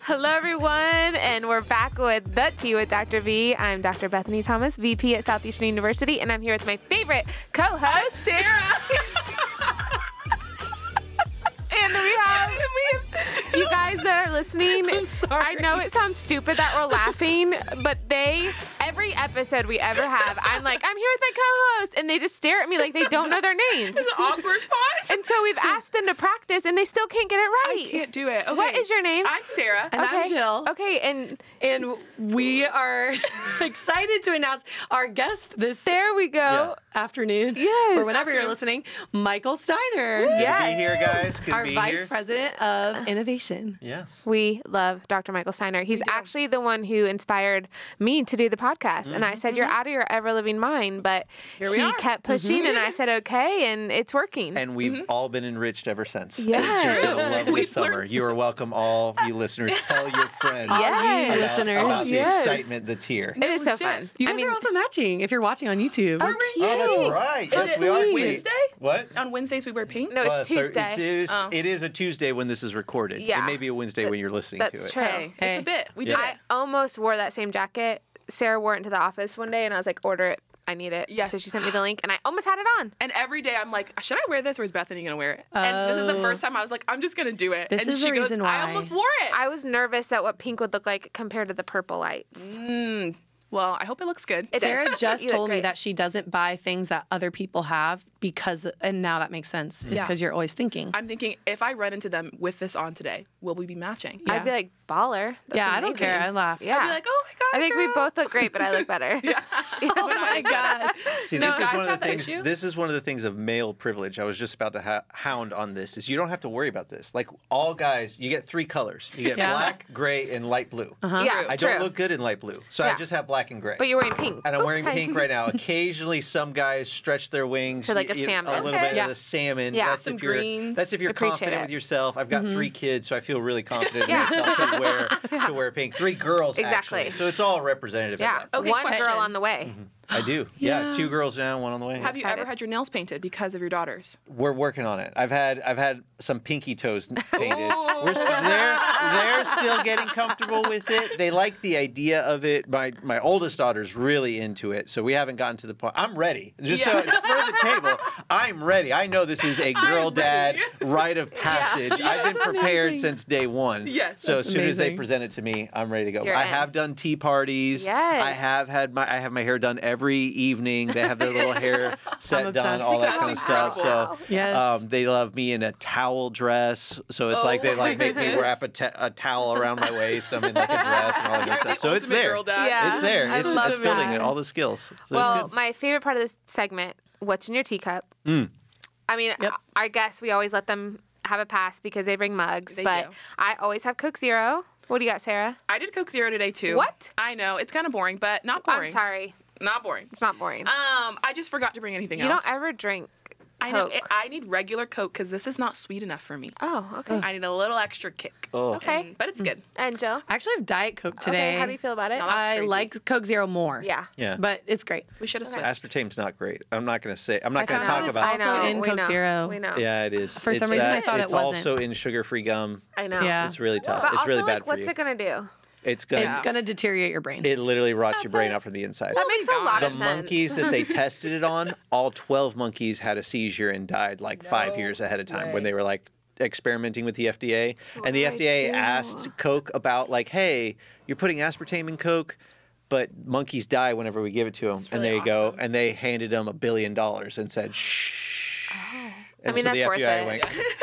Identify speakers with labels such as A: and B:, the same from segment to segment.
A: Hello, everyone, and we're back with the Tea with Dr. V. I'm Dr. Bethany Thomas, VP at Southeastern University, and I'm here with my favorite co-host, Sarah. and we have, you guys that are listening. I know it sounds stupid that we're laughing, but they every episode we ever have, I'm like, I'm here with my co-host, and they just stare at me like they don't know their names.
B: It's an awkward pause.
A: And so we've asked them to practice, and they still can't get it right.
B: Can't do it. Okay.
A: What is your name?
B: I'm Sarah.
C: And I'm Jill.
A: Okay, and
C: And we are excited to announce our guest this
A: there we go.
C: afternoon.
A: Yes.
C: Or whenever you're listening, Michael Steiner,
A: Yeah.
D: Good to be here, guys. Good
C: our
D: to be
C: Vice
D: here.
C: President of Innovation.
D: Yes.
A: We love Dr. Michael Steiner. He's actually the one who inspired me to do the podcast. And I said, You're out of your ever living mind. But
B: Mm-hmm. we
A: he
B: are. Mm-hmm.
A: kept pushing, and I said, Okay, and it's working.
D: And we've all been enriched ever since.
A: Yes.
D: It's just been
A: True.
D: a lovely
B: We've
D: summer.
B: learned
D: You are welcome, all you listeners. Tell your friends
A: Yes.
D: about,
C: Listeners.
D: about the
A: Yes.
D: excitement that's here.
A: it is so fun.
C: You
A: I
C: guys
A: mean,
C: are also matching if you're watching on YouTube.
A: oh, cute.
D: Oh, that's right.
B: Is
D: yes,
B: it
D: we are.
B: Wednesday?
D: What?
B: On Wednesdays we wear pink.
A: No,
D: Uh,
A: it's
D: thir-
A: Tuesday.
D: It is,
B: Oh.
D: it is a Tuesday when this is recorded.
A: Yeah.
D: It may be a Wednesday when you're listening
A: That's
D: to it.
A: true.
B: Hey, it's
C: Hey.
B: a bit. We did
D: Yeah.
A: I almost wore that same jacket. Sarah wore it into the office one day, and I was like, Order it. I need it.
B: Yes.
A: So she sent me the link, and I almost had it on.
B: And every day I'm like, should I wear this or is Bethany gonna wear it? And this is the
C: Oh.
B: first time I was like, I'm just gonna do it.
C: This
B: and
C: is
B: she
C: the
B: goes,
C: reason
B: I
C: why.
B: almost wore it.
A: I was nervous at what pink would look like compared to the purple lights.
B: well, I hope it looks good.
A: It
C: Sarah
A: does.
C: just
A: You look
C: told me
A: great.
C: that she doesn't buy things that other people have because, and now that makes sense, is
B: Yeah.
C: because you're always thinking.
B: I'm thinking if I run into them with this on today, will we be matching?
C: Yeah.
A: I'd be like, baller. That's
C: yeah, I don't
A: amazing."
C: care. I laugh.
A: Yeah.
B: I'd be like, oh my god.
A: I think we
B: girl."
A: both look great, but I look better.
C: Oh my gosh.
D: See,
B: No,
D: this is
B: guys
D: one of
B: have
D: the
B: that
D: things.
B: issue?
D: This is one of the things of male privilege. I was just about to ha- hound on this. Is you don't have to worry about this. Like all guys, you get three colors. You get
C: Yeah.
D: black, gray, and light blue.
A: Yeah,
D: I
A: true.
D: don't look good in light blue, so
A: Yeah.
D: I just have black and gray.
A: But you're wearing pink.
D: and I'm wearing
A: Okay.
D: pink right now. Occasionally, some guys stretch their wings
A: To like a
D: y- y-
A: salmon.
D: a little
B: Okay.
D: bit
C: Yeah.
D: of the salmon.
A: Yeah.
D: that's
B: Some
D: if you're
B: greens.
D: that's if you're
A: Appreciate
D: confident
A: it. Mm-hmm.
D: with yourself. I've got three kids, so I feel really confident
A: Yeah.
D: in myself to wear to wear pink. Three girls
A: Exactly.
D: actually, so it's all representative.
A: Yeah.
D: of that.
B: Okay,
A: One
B: question.
A: girl on the way.
D: I do. Yeah.
C: Yeah.
D: two girls now, one on the way.
B: Have you
A: Excited.
B: ever had your nails painted because of your daughters?
D: We're working on it. I've had I've had some pinky toes painted.
B: Ooh.
D: We're, s- they're, they're still getting comfortable with it. They like the idea of it. My my oldest daughter's really into it, so we haven't gotten to the point. I'm ready. Just so
B: Yeah.
D: for the table, I'm ready. I know this is a girl dad
B: ready.
D: rite of passage. I've been prepared
C: amazing.
D: since day one.
B: Yes,
D: So as
C: that's
D: soon as they
C: amazing.
D: present it to me, I'm ready to go.
A: You're
D: I
A: in.
D: have done tea parties.
A: Yes.
D: I have had my I have my hair done every evening. They have their little hair set done,
C: obsessed.
D: all that kind of
B: Sounds
D: stuff. So
A: incredible.
C: Yes.
D: um, they love me in a towel dress, so it's like
B: Oh
D: they
B: my
D: like make me
B: goodness.
D: wrap a, ta- a towel around my waist. I'm in like a dress and all
B: You're
D: that good
B: the
D: stuff. So it's
B: ultimate
D: there.
B: girl dad.
A: Yeah.
D: It's there.
A: I
D: it's
A: love
D: it's building
A: that.
D: it. All the skills. So it's
A: Well,
D: good.
A: my favorite part of this segment, what's in your teacup?
D: Mm.
A: I mean,
C: Yep.
A: I our guests, we always let them have a pass because they bring mugs,
B: They
A: but
B: do.
A: I always have Coke Zero. What do you got, Sarah?
B: I did Coke Zero today too.
A: What?
B: I know it's kind of boring, but not boring.
A: I'm sorry.
B: Not boring.
A: It's not boring.
B: Um, I just forgot to bring anything
A: you
B: else.
A: don't ever drink Coke.
B: I know. it- I need regular Coke because this is not sweet enough for me.
A: oh, okay.
B: I need a little extra kick.
D: Oh.
A: Okay.
B: And- but it's good.
A: And Jill?
C: I actually have Diet Coke today.
A: Okay, how do you feel about it?
B: No, that's
C: I
B: crazy.
C: like Coke Zero more.
A: yeah.
D: yeah.
C: But it's great.
B: We should have switched.
D: Aspartame's not great. I'm not going to say. I'm not going
C: found
D: to
C: out
D: talk
C: it's
D: about.
C: also
A: I know.
C: in
A: we
C: Coke
A: know.
C: Zero.
A: We know.
D: Yeah, it is.
C: For
D: It's
C: some reason, I
D: that.
C: thought it
D: it's
C: wasn't.
D: also in sugar-free gum.
A: I know.
C: Yeah.
D: It's really tough.
A: But
D: it's
A: also,
D: really
A: like,
D: bad for
A: what's
D: you.
A: it going to do?
D: It's gonna.
C: It's going to deteriorate your brain.
D: it literally rots your brain out from the inside.
A: That makes a
B: God.
A: lot
D: the
A: of sense.
D: monkeys that they tested it on, all 12 monkeys had a seizure and died like five years ahead of time when they were like experimenting with the FDA. and the
A: what do I
D: FDA
A: do?
D: asked Coke about, like, hey, you're putting aspartame in Coke. But monkeys die whenever we give it to them, and
B: really
D: they go
B: awesome.
D: and they handed them a billion dollars and said, "Shh." And
A: Oh. I mean,
D: so
A: that's worth
D: the FBI
A: it.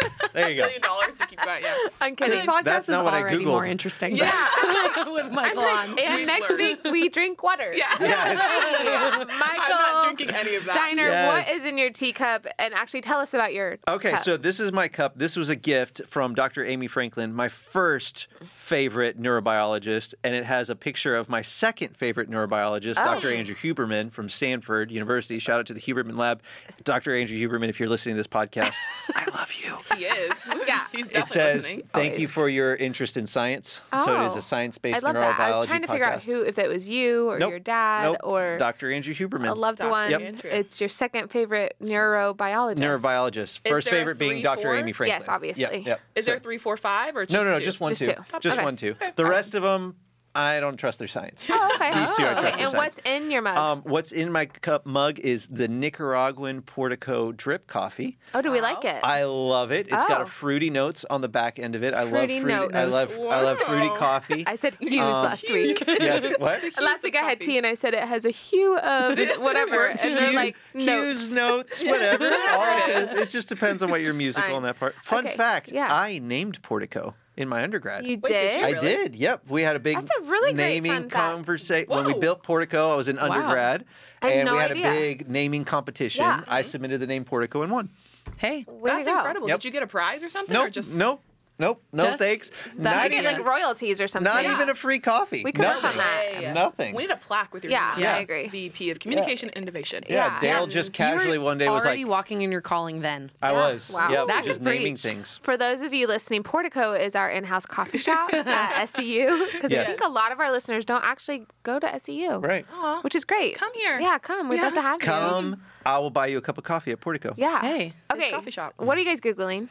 D: went, "There you go."
B: Million dollars to keep going. Yeah.
C: I'm kidding. This podcast
D: That's
C: is
D: not what I
C: already
D: Googled.
C: more interesting.
A: Yeah.
C: but- with Michael on.
A: and
B: We
A: next
B: learned.
A: week we drink water.
B: Yeah.
D: Yes.
A: Michael
B: I'm not drinking any of that.
A: Steiner,
D: Yes.
A: what is in your teacup? And actually, tell us about your.
D: Okay,
A: cup.
D: so this is my cup. This was a gift from Dr. Amy Franklin, my first favorite neurobiologist, and it has a picture of my second favorite neurobiologist, Dr.
A: Oh.
D: Andrew Huberman from Stanford University. Shout out to the Huberman Lab. Dr. Andrew Huberman, if you're listening to this podcast, podcast. I love you.
B: He is.
A: Yeah.
B: He's definitely
D: It says,
B: listening.
D: "Thank you
A: Always.
D: for your interest in science." So it is
A: Oh.
D: a science-based
A: I love
D: neurobiology
A: that. I was trying to figure out
D: podcast.
A: who, if it was you or
D: Nope.
A: your dad
D: Nope.
A: or
D: Dr. Andrew Huberman,
A: a loved
B: Dr.
A: one.
B: Andrew.
A: It's your second favorite neurobiologist.
D: neurobiologist.
B: Is
D: First
B: there a
D: favorite being
B: three,
D: Dr.
B: four?
D: Amy Franklin.
A: Yes, obviously.
D: Yep, yep.
B: Is there
D: So-
B: three, four, five, or just
D: No, no, no,
B: two?
D: just one,
A: Just
D: two,
A: two.
D: just
A: Okay.
D: one, two. The rest of them, I don't trust their science.
A: Oh, okay.
D: These two I
A: Okay,
D: trust their
A: And
D: science.
A: what's in your mug?
D: Um, what's in my cup mug is the Nicaraguan Portico drip coffee.
A: oh, do we
B: wow.
A: like it?
D: I love it. It's got
A: Oh.
D: a fruity notes on the back end of it. I love
A: Fruity
D: fruity. I
A: notes.
D: love. I love fruity
B: Wow.
D: coffee.
A: I said hues
D: Um,
A: last week.
D: yes. What?
A: Last week I had tea and I said it has a hue of whatever, and they're
D: Hughes-
A: like
D: Hughes
A: notes.
D: notes, whatever. All it, is, it just depends on what your musical
A: Fine.
D: on that part. Fun
A: Okay,
D: fact:
A: yeah.
D: I named Portico in my undergrad.
A: You
B: Wait, did
A: did?
B: you
D: I
B: really?
D: did. Yep, we had a big
A: That's a really great
D: naming
A: fun fact.
D: conversation when we
B: Whoa.
D: built Portico. I was in undergrad,
A: I had
D: and
A: no
D: we had
A: idea.
D: a big naming competition.
A: Yeah.
D: I submitted the name Portico and won.
C: Hey.
A: Way to
B: That's
A: go.
B: incredible.
D: Yep.
B: Did you get a prize or something? Or
D: Nope,
B: just
D: nope, nope, no
C: Just
D: thanks.
A: That
D: Not,
A: you get
D: even,
A: like royalties or something.
D: not
A: Yeah.
D: even a free coffee.
A: We could work on
D: Nothing.
A: that.
B: Hey.
D: Nothing.
B: We need a plaque with your
A: Yeah,
B: name.
A: Yeah.
B: on
A: I
B: it.
A: agree.
B: VP of Communication and Innovation.
D: Yeah,
A: Yeah.
D: Dale
A: Yeah.
D: just
C: You were
D: casually one day was
C: already
D: like,
C: walking in your calling then.
D: "I
A: Yeah.
D: was,
A: Wow.
D: yeah,
C: That
D: just
C: could
D: naming
C: preach.
D: things."
A: For those of you listening, Portico is our in-house coffee shop at SEU because I
D: Yes.
A: think a lot of our listeners don't actually go to SEU,
D: Right.
B: Aw.
A: Which is great.
B: Come here.
A: Yeah, come. We'd
B: Yeah.
A: love to have you.
D: Come, I will buy you a cup of coffee at Portico.
A: Yeah.
C: Hey.
B: Nice
A: Okay.
B: coffee shop.
A: What are you guys googling?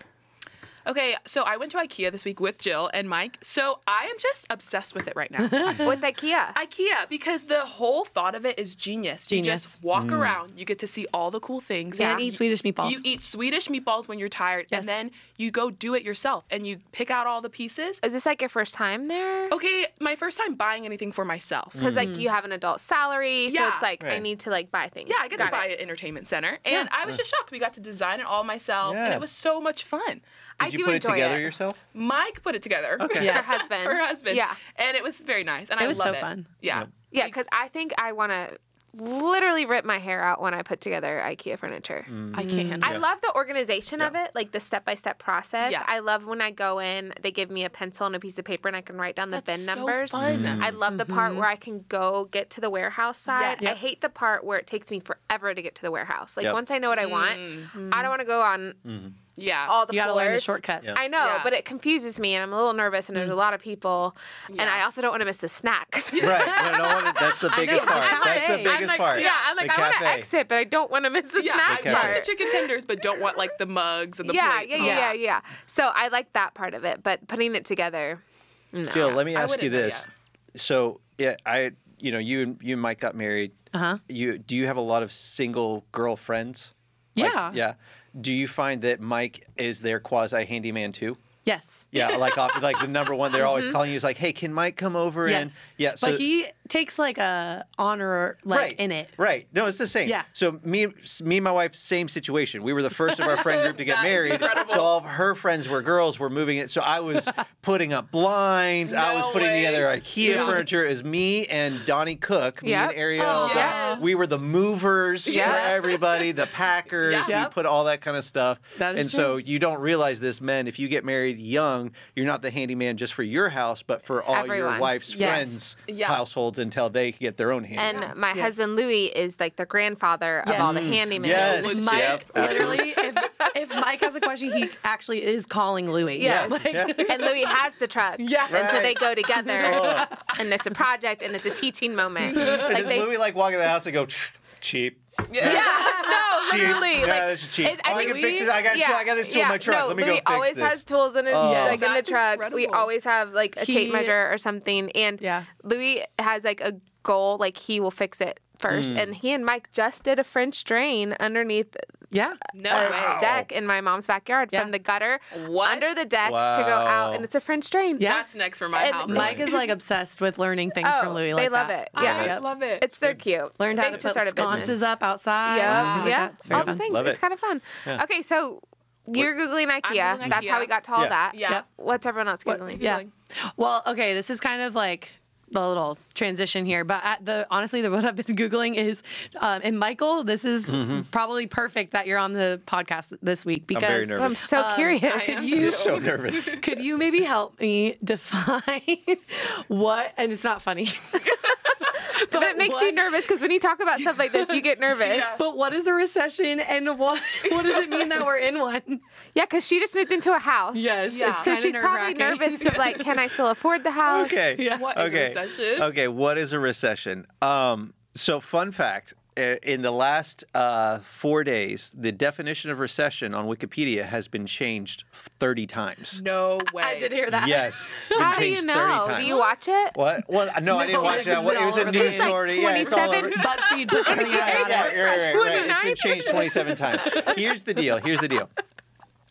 B: Okay, so I went to IKEA this week with Jill and Mike. So I am just obsessed with it right now.
A: With IKEA.
B: IKEA because the whole thought of it is genius. You
C: Genius.
B: just walk
D: Mm.
B: around, you get to see all the cool things.
C: Yeah.
B: and
C: And eat
B: you-
C: Swedish meatballs.
B: You eat Swedish meatballs when you're tired,
C: Yes.
B: and then you go do it yourself and you pick out all the pieces.
A: Is this like your first time there?
B: Okay, my first time buying anything for myself.
D: Mm.
A: Because like you have an adult salary, so
B: Yeah.
A: it's like I
D: Right.
A: need to like buy things.
B: Yeah, I get
A: Got
B: to buy
A: it.
B: an entertainment center, and I was just shocked. We got to design it all myself, and
D: Yeah.
B: it was so much fun.
A: I
D: Did
A: do
D: you put it
A: enjoy
D: together
A: it.
D: yourself?
B: Mike put it together.
D: Okay.
A: Her
C: Yeah.
A: husband.
B: Her husband.
A: Yeah.
B: And it was very nice. And I
C: was
B: love
C: so
B: it.
C: fun.
B: Yeah.
A: Yeah, because I think I want to literally rip my hair out when I put together IKEA furniture.
D: Mm,
C: I can't.
B: Mm.
A: I love the organization of it, like the step by step process.
B: Yeah.
A: I love when I go in, they give me a pencil and a piece of paper, and I can write down the bin
B: so
A: numbers.
B: fun. Mm.
A: I love the part where I can go get to the warehouse side.
B: Yes.
A: I hate the part where it takes me forever to get to the warehouse. Like
D: Yep. Mm.
A: once I know what I want, I don't want to go on
B: Yeah.
A: all the
C: You gotta
A: floors.
C: learn the shortcuts.
D: Yeah.
A: I know,
B: Yeah.
A: but it confuses me, and I'm a little nervous, and there's a lot of people, and I also don't want to miss the snacks.
D: Right. No, no, no, that's the biggest
C: the
D: part. That's the
C: cafe.
D: biggest
A: I'm like,
D: part.
A: Yeah, I'm like,
D: the
A: I want to
D: cafe.
A: exit, but I don't want to miss the
B: yeah,
A: snack
B: I want the
A: part.
B: chicken tenders, but don't want like the mugs and the
A: Yeah,
B: plates.
A: yeah,
B: and
A: yeah,
B: all
A: yeah,
B: that.
A: yeah. So I like that part of it, but putting it together,
D: Jill, let me ask you
B: wouldn't know
D: this. So, yeah, I, you know, you and you and Mike got married. Uh
C: Uh-huh.
D: huh. You do you have a lot of single girlfriends?
C: Yeah.
D: Yeah. Do you find that Mike is their quasi handyman too?
C: Yes.
D: Yeah, like off, like the number one, they're always calling you. Is like, hey, can Mike come over? And
C: Mm-hmm. Yes.
D: yeah, so
C: but he takes like a honor like
D: right
C: in it.
D: Right. No, it's the same.
C: Yeah.
D: So me, me and my wife, same situation. We were the first of our friend group to get
B: That is
D: married.
B: incredible.
D: So all of her friends were girls. Were moving it. So I was putting up blinds. I was
B: No
D: putting
B: way.
D: together IKEA furniture. As me and Donnie Cook, me
A: Yep.
D: and Ariel,
A: Oh,
D: Don-
B: yes.
D: we were the movers for
A: Yeah.
D: everybody. The packers.
B: Yeah.
D: We
C: Yep.
D: put all that kind of stuff.
C: That is
D: and so you don't realize this, men. If you get married young, you're not the handyman just for your house, but for all
A: Everyone.
D: your wife's
C: Yes.
D: friends'
B: Yeah.
D: households until they get their own handyman.
A: and my
C: Yes.
A: husband Louis is like the grandfather of
C: Yes.
A: all the
C: Mm.
A: handymen.
D: Yes.
B: Would-
C: Mike
D: Yep, absolutely.
C: literally if, if Mike has a question, he actually is calling Louis.
A: Yes.
C: Like,
D: Yeah.
A: And Louis has the truck.
C: Yeah.
A: And so
D: Right.
A: they go together, and it's a project, and it's a teaching moment. Like
D: Does
A: they,
D: Louis like walk in the house and go cheap?
B: Yeah.
A: Yeah, no,
D: Cheap.
A: literally.
D: Yeah,
A: like,
D: this is cheap.
A: it- I
D: Oh, I
A: think
D: can fix this. I got a tool- I got this tool in my truck.
A: No,
D: Let me go
A: Louis
D: fix
A: always
D: this.
A: has tools in his
D: Oh.
A: like in the
B: That's
A: truck. We
B: incredible.
A: always have like a tape
C: He-
A: measure or something. And
C: Yeah.
A: Louis has like a goal, like he will fix it first.
D: Hmm.
A: And he and Mike just did a French drain underneath
C: yeah.
B: No
A: a
D: Oh.
B: way.
A: deck in my mom's backyard
C: Yeah.
A: from the gutter
B: What?
A: under the deck to go
D: Wow.
A: out, and it's a French drain.
C: Yeah.
B: That's next for my
A: And
B: house.
C: Mike is like obsessed with learning things
A: Oh,
C: from Louis.
A: they
C: Like
A: love
C: that.
A: it. Yeah.
B: I
C: Yep.
B: love it.
A: It's they're cute.
C: Learned how
A: They
C: to
A: should
C: put
A: start a business.
C: sconces up outside.
A: Yeah,
C: and things like
A: yeah,
C: that. It's very
A: all the
C: fun.
A: things.
D: Love
A: it's
D: it.
A: kind of fun. Okay, so you're googling IKEA.
B: Googling
A: That's how
B: IKEA.
A: we got to all
D: Yeah.
A: that.
B: Yeah. Yep.
A: What's everyone else
C: What-
A: googling?
C: yeah.
B: Googling.
C: Well, okay, this is kind of like the little transition here, but at the honestly, the what I've been googling is, um, and Michael, this is probably perfect that you're on the podcast this week
D: Mm-hmm. I'm
C: because
D: very nervous.
A: I'm so curious.
C: Could
D: I'm
C: you,
D: just so nervous.
C: could you maybe help me define what? And it's not funny.
A: But it makes you
C: what-
A: nervous because when you talk about stuff like this, you get nervous.
B: Yeah.
C: But what is a recession and what what does it mean that we're in one?
A: Yeah, because she just moved into a house.
C: Yes,
B: Yeah.
C: it's
A: So
C: kinda
A: she's probably
C: nerve-wracking.
A: nervous of like, can I still afford the house?
D: Okay.
C: Yeah.
B: What is
D: okay.
B: a recession?
D: Okay. What is a recession? Um, so, fun fact i- in the last uh, four days, the definition of recession on Wikipedia has been changed 30 times.
B: No way.
C: I did hear that.
D: Yes. been
A: How do you
D: changed 30
A: know? Do
D: times.
A: you watch it?
D: What? Well, no, I didn't
C: No,
D: watch
C: it's
D: that.
C: just
D: one.
C: been
D: it was
C: all over
D: a
C: the
D: news
C: news. It's like
D: story. yeah, it's all over.
A: 27
C: BuzzFeed put something out about
D: Yeah,
C: it.
D: you're right, you're right. It's
A: 29?
D: been changed 27 times. Here's the deal. Here's the deal.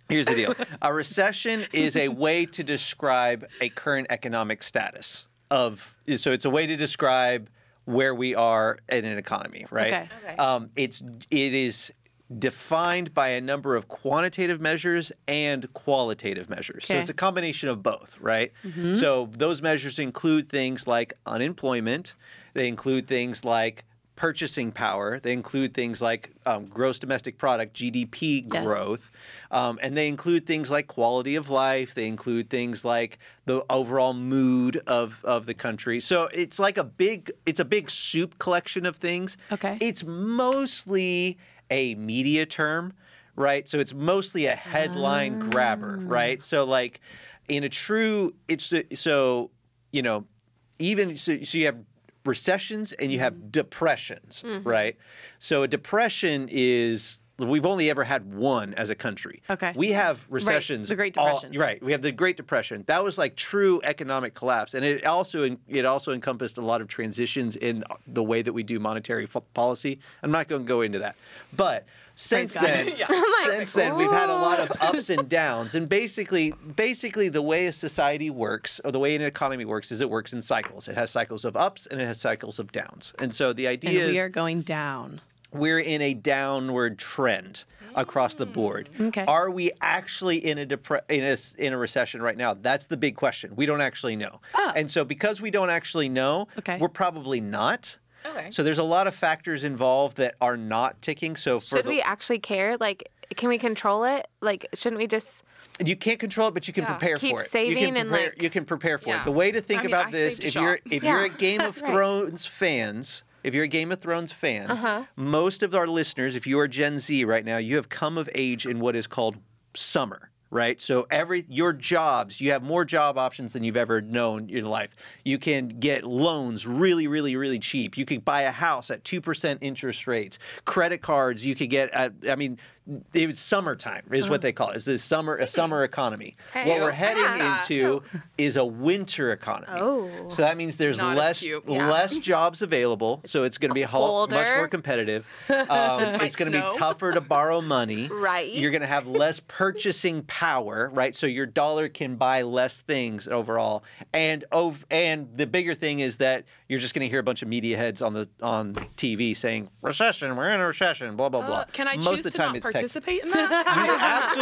D: Here's the deal. A recession is a way to describe a current economic status of. So it's a way to describe where we are in an economy, right?
C: Okay.
B: Okay.
D: Um, it's it is defined by a number of quantitative measures and qualitative measures.
C: Okay.
D: So
C: Mm-hmm.
D: it's a combination of both, right? So those measures include things like unemployment, they include things like purchasing power, they include things like um, gross domestic product, GDP
C: Yes.
D: growth, um, and they include things like quality of life, they include things like the overall mood of, of the country. So it's like a big, it's a big soup collection of things.
C: Okay.
D: It's mostly a media term, right? So it's mostly a headline
C: Ah.
D: grabber, right? So like in a true it's uh, so you know even so, so you have recessions and you
C: Mm-hmm.
D: have depressions, right? So a depression is we've only ever had one as a country.
C: Okay.
D: We have recessions.
C: the Great
D: all-
C: Depression.
D: right. We have the Great Depression. That was like true economic collapse, and it also it also encompassed a lot of transitions in uh, the way that we do monetary f- policy. I'm not going to go into that, but since
C: God.
D: then,
B: Yeah.
D: since then we've had a lot of ups and downs, and basically, basically the way a society works or the way an economy works is it works in cycles. It has cycles of ups and it has cycles of downs, and so the idea
C: And
D: is
C: we are going down.
D: we're in a downward trend across the board.
C: Mm. Okay.
D: Are we actually in a, depre- in, a s- in a recession right now? That's the big question. We don't actually know. And so because we don't actually know,
C: Oh. Okay.
D: we're probably not.
B: Okay.
D: So there's a lot of factors involved that are not ticking. So for
A: Should
D: the,
A: we actually care? Like, can we control it? Like, shouldn't we just?
D: you can't control it, but you can prepare
A: Keep
D: for it. you
A: saving
D: can
A: and,
D: prepare,
A: like-
D: you can prepare for
B: Yeah.
D: it. The way to think
B: I mean,
D: about
B: I
D: this,
B: saved a
D: if you're
B: shot.
D: if you're a
A: Yeah.
D: Game of
A: Right.
D: Thrones fans, if you're a Game of Thrones fan,
A: Uh-huh.
D: most of our listeners, if you are Gen Z right now, you have come of age in what is called summer. Right, so every your jobs, you have more job options than you've ever known in life. You can get loans really, really, really cheap. You can buy a house at two percent interest rates. Credit cards, you could get. At, I mean, it was summertime is what they call it. It's the summer a summer economy.
A: Uh-huh. Hey.
D: What we're heading
A: Yeah.
D: into to is a winter economy.
A: Oh.
D: So that means there's
B: Not as
D: less
B: cute.
A: Yeah.
D: less jobs available. so it's going to be a whole, much
A: colder.
D: more competitive. Um, it's going to
B: snow.
D: be tougher to borrow money.
A: Right.
D: You're going to have less purchasing power, right? So your dollar can buy less things overall. And ov- and the bigger thing is that you're just going to hear a bunch of media heads on the on TV saying recession, we're in a recession, blah blah blah.
B: Uh, can I
D: Most
B: choose
D: of the
B: to
D: time
B: not
D: it's tech-
B: participate in that?
D: You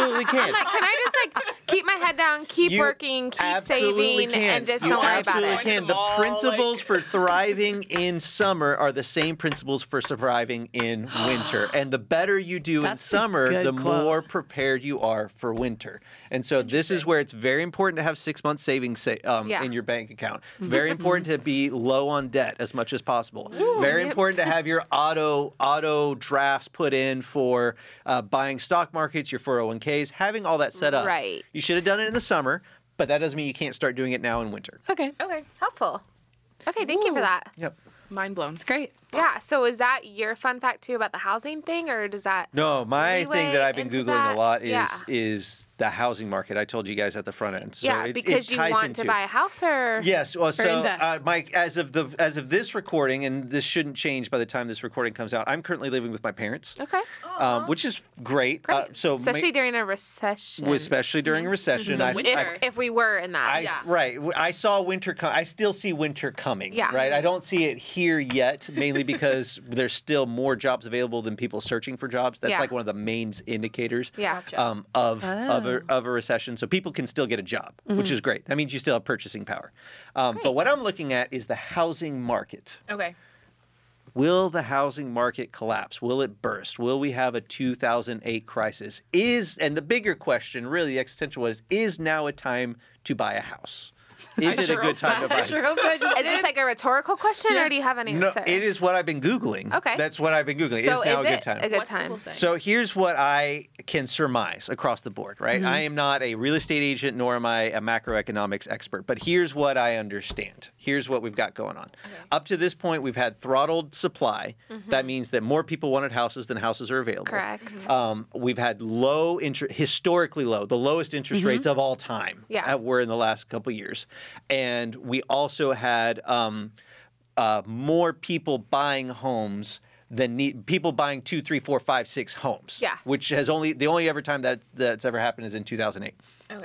D: absolutely can.
A: Like, can I just like keep my head down, keep
D: You
A: working, keep
D: absolutely
A: saving,
D: can.
A: and just
D: You
A: don't worry about
D: absolutely
A: it?
D: Can.
B: Them
D: The
B: all,
D: principles
B: like-
D: for thriving in summer are the same principles for surviving in winter. And the better you do
C: That's a
D: in summer,
C: good
D: the
C: quote.
D: more prepared you are for winter. And so this is where it's very important to have six months savings sa- um,
A: Yeah.
D: in your bank account. Very important to be low on debt as much as possible. very
A: yep.
D: important to have your auto auto drafts put in for uh, buying stock markets, your 401ks, having all that set up.
A: Right.
D: You should have done it in the summer, but that doesn't mean you can't start doing it now in winter.
C: Okay.
B: okay.
A: Helpful. Okay, thank you for that.
D: Yep.
B: Mind blown.
C: It's great.
A: Yeah. So is that your fun fact too about the housing thing, or does that?
D: No, my
A: Leeway
D: thing that I've been
A: into
D: googling
A: that,
D: a lot is
A: yeah.
D: is the housing market. I told you guys at the front end. So
A: yeah,
D: it- it
A: because you
D: ties
A: want to
D: into-
A: buy a house, or
D: Yes. Well, so uh,
C: invest.
D: Mike, as of the as of this recording, and this shouldn't change by the time this recording comes out. I'm currently living with my parents,
A: Okay.
D: um, which is great.
A: Great.
D: Uh, so, ma-
A: especially during Mhm. a recession,
D: especially during a recession, I,
B: winter.
D: I,
A: if, if we were in that.
D: I
B: Yeah.
D: right. w- I saw winter. Com- I still see winter coming.
A: Yeah.
D: Right. I don't see it here yet, mainly because there's still more jobs available than people searching for jobs. That's
A: Yeah.
D: like one of the main indicators.
A: Yeah. Gotcha.
D: Um, of of a, of a recession, so people can still get a job, which
A: Mm-hmm.
D: is great. That means you still have purchasing power. Um, but what I'm looking at is the housing market.
B: Okay.
D: Will the housing market collapse? Will it burst? Will we have a 2008 crisis? Is and the bigger question, really the existential one, is: Is now a time to buy a house? Is
B: I
D: it
B: sure
D: a good
B: hope so.
D: time to buy?
C: I sure hope so. I just
A: Is this
C: did.
A: like a rhetorical question,
C: Yeah.
A: or do you have an
D: No,
A: answer?
D: it is what I've been Googling.
A: Okay.
D: That's what I've been Googling.
A: So is
D: it's now a good
A: it
D: time.
A: a good
B: What's
A: time?
B: people saying?
D: So here's what I can surmise across the board, right?
A: Mm-hmm.
D: I am not a real estate agent, nor am I a macroeconomics expert, but here's what I understand. Here's what we've got going on. Up to this point, we've had throttled supply. That means that more people wanted houses than houses are available.
A: Mm-hmm. Correct.
D: Um, we've had low interest, historically low, the lowest interest rates of all time.
A: Mm-hmm. Yeah.
D: uh, were in the last couple years, and we also had um, uh, more people buying homes than need, people buying two, three, four, five, six homes.
A: Yeah.
D: which has only the only ever time that that's ever happened is in 2008.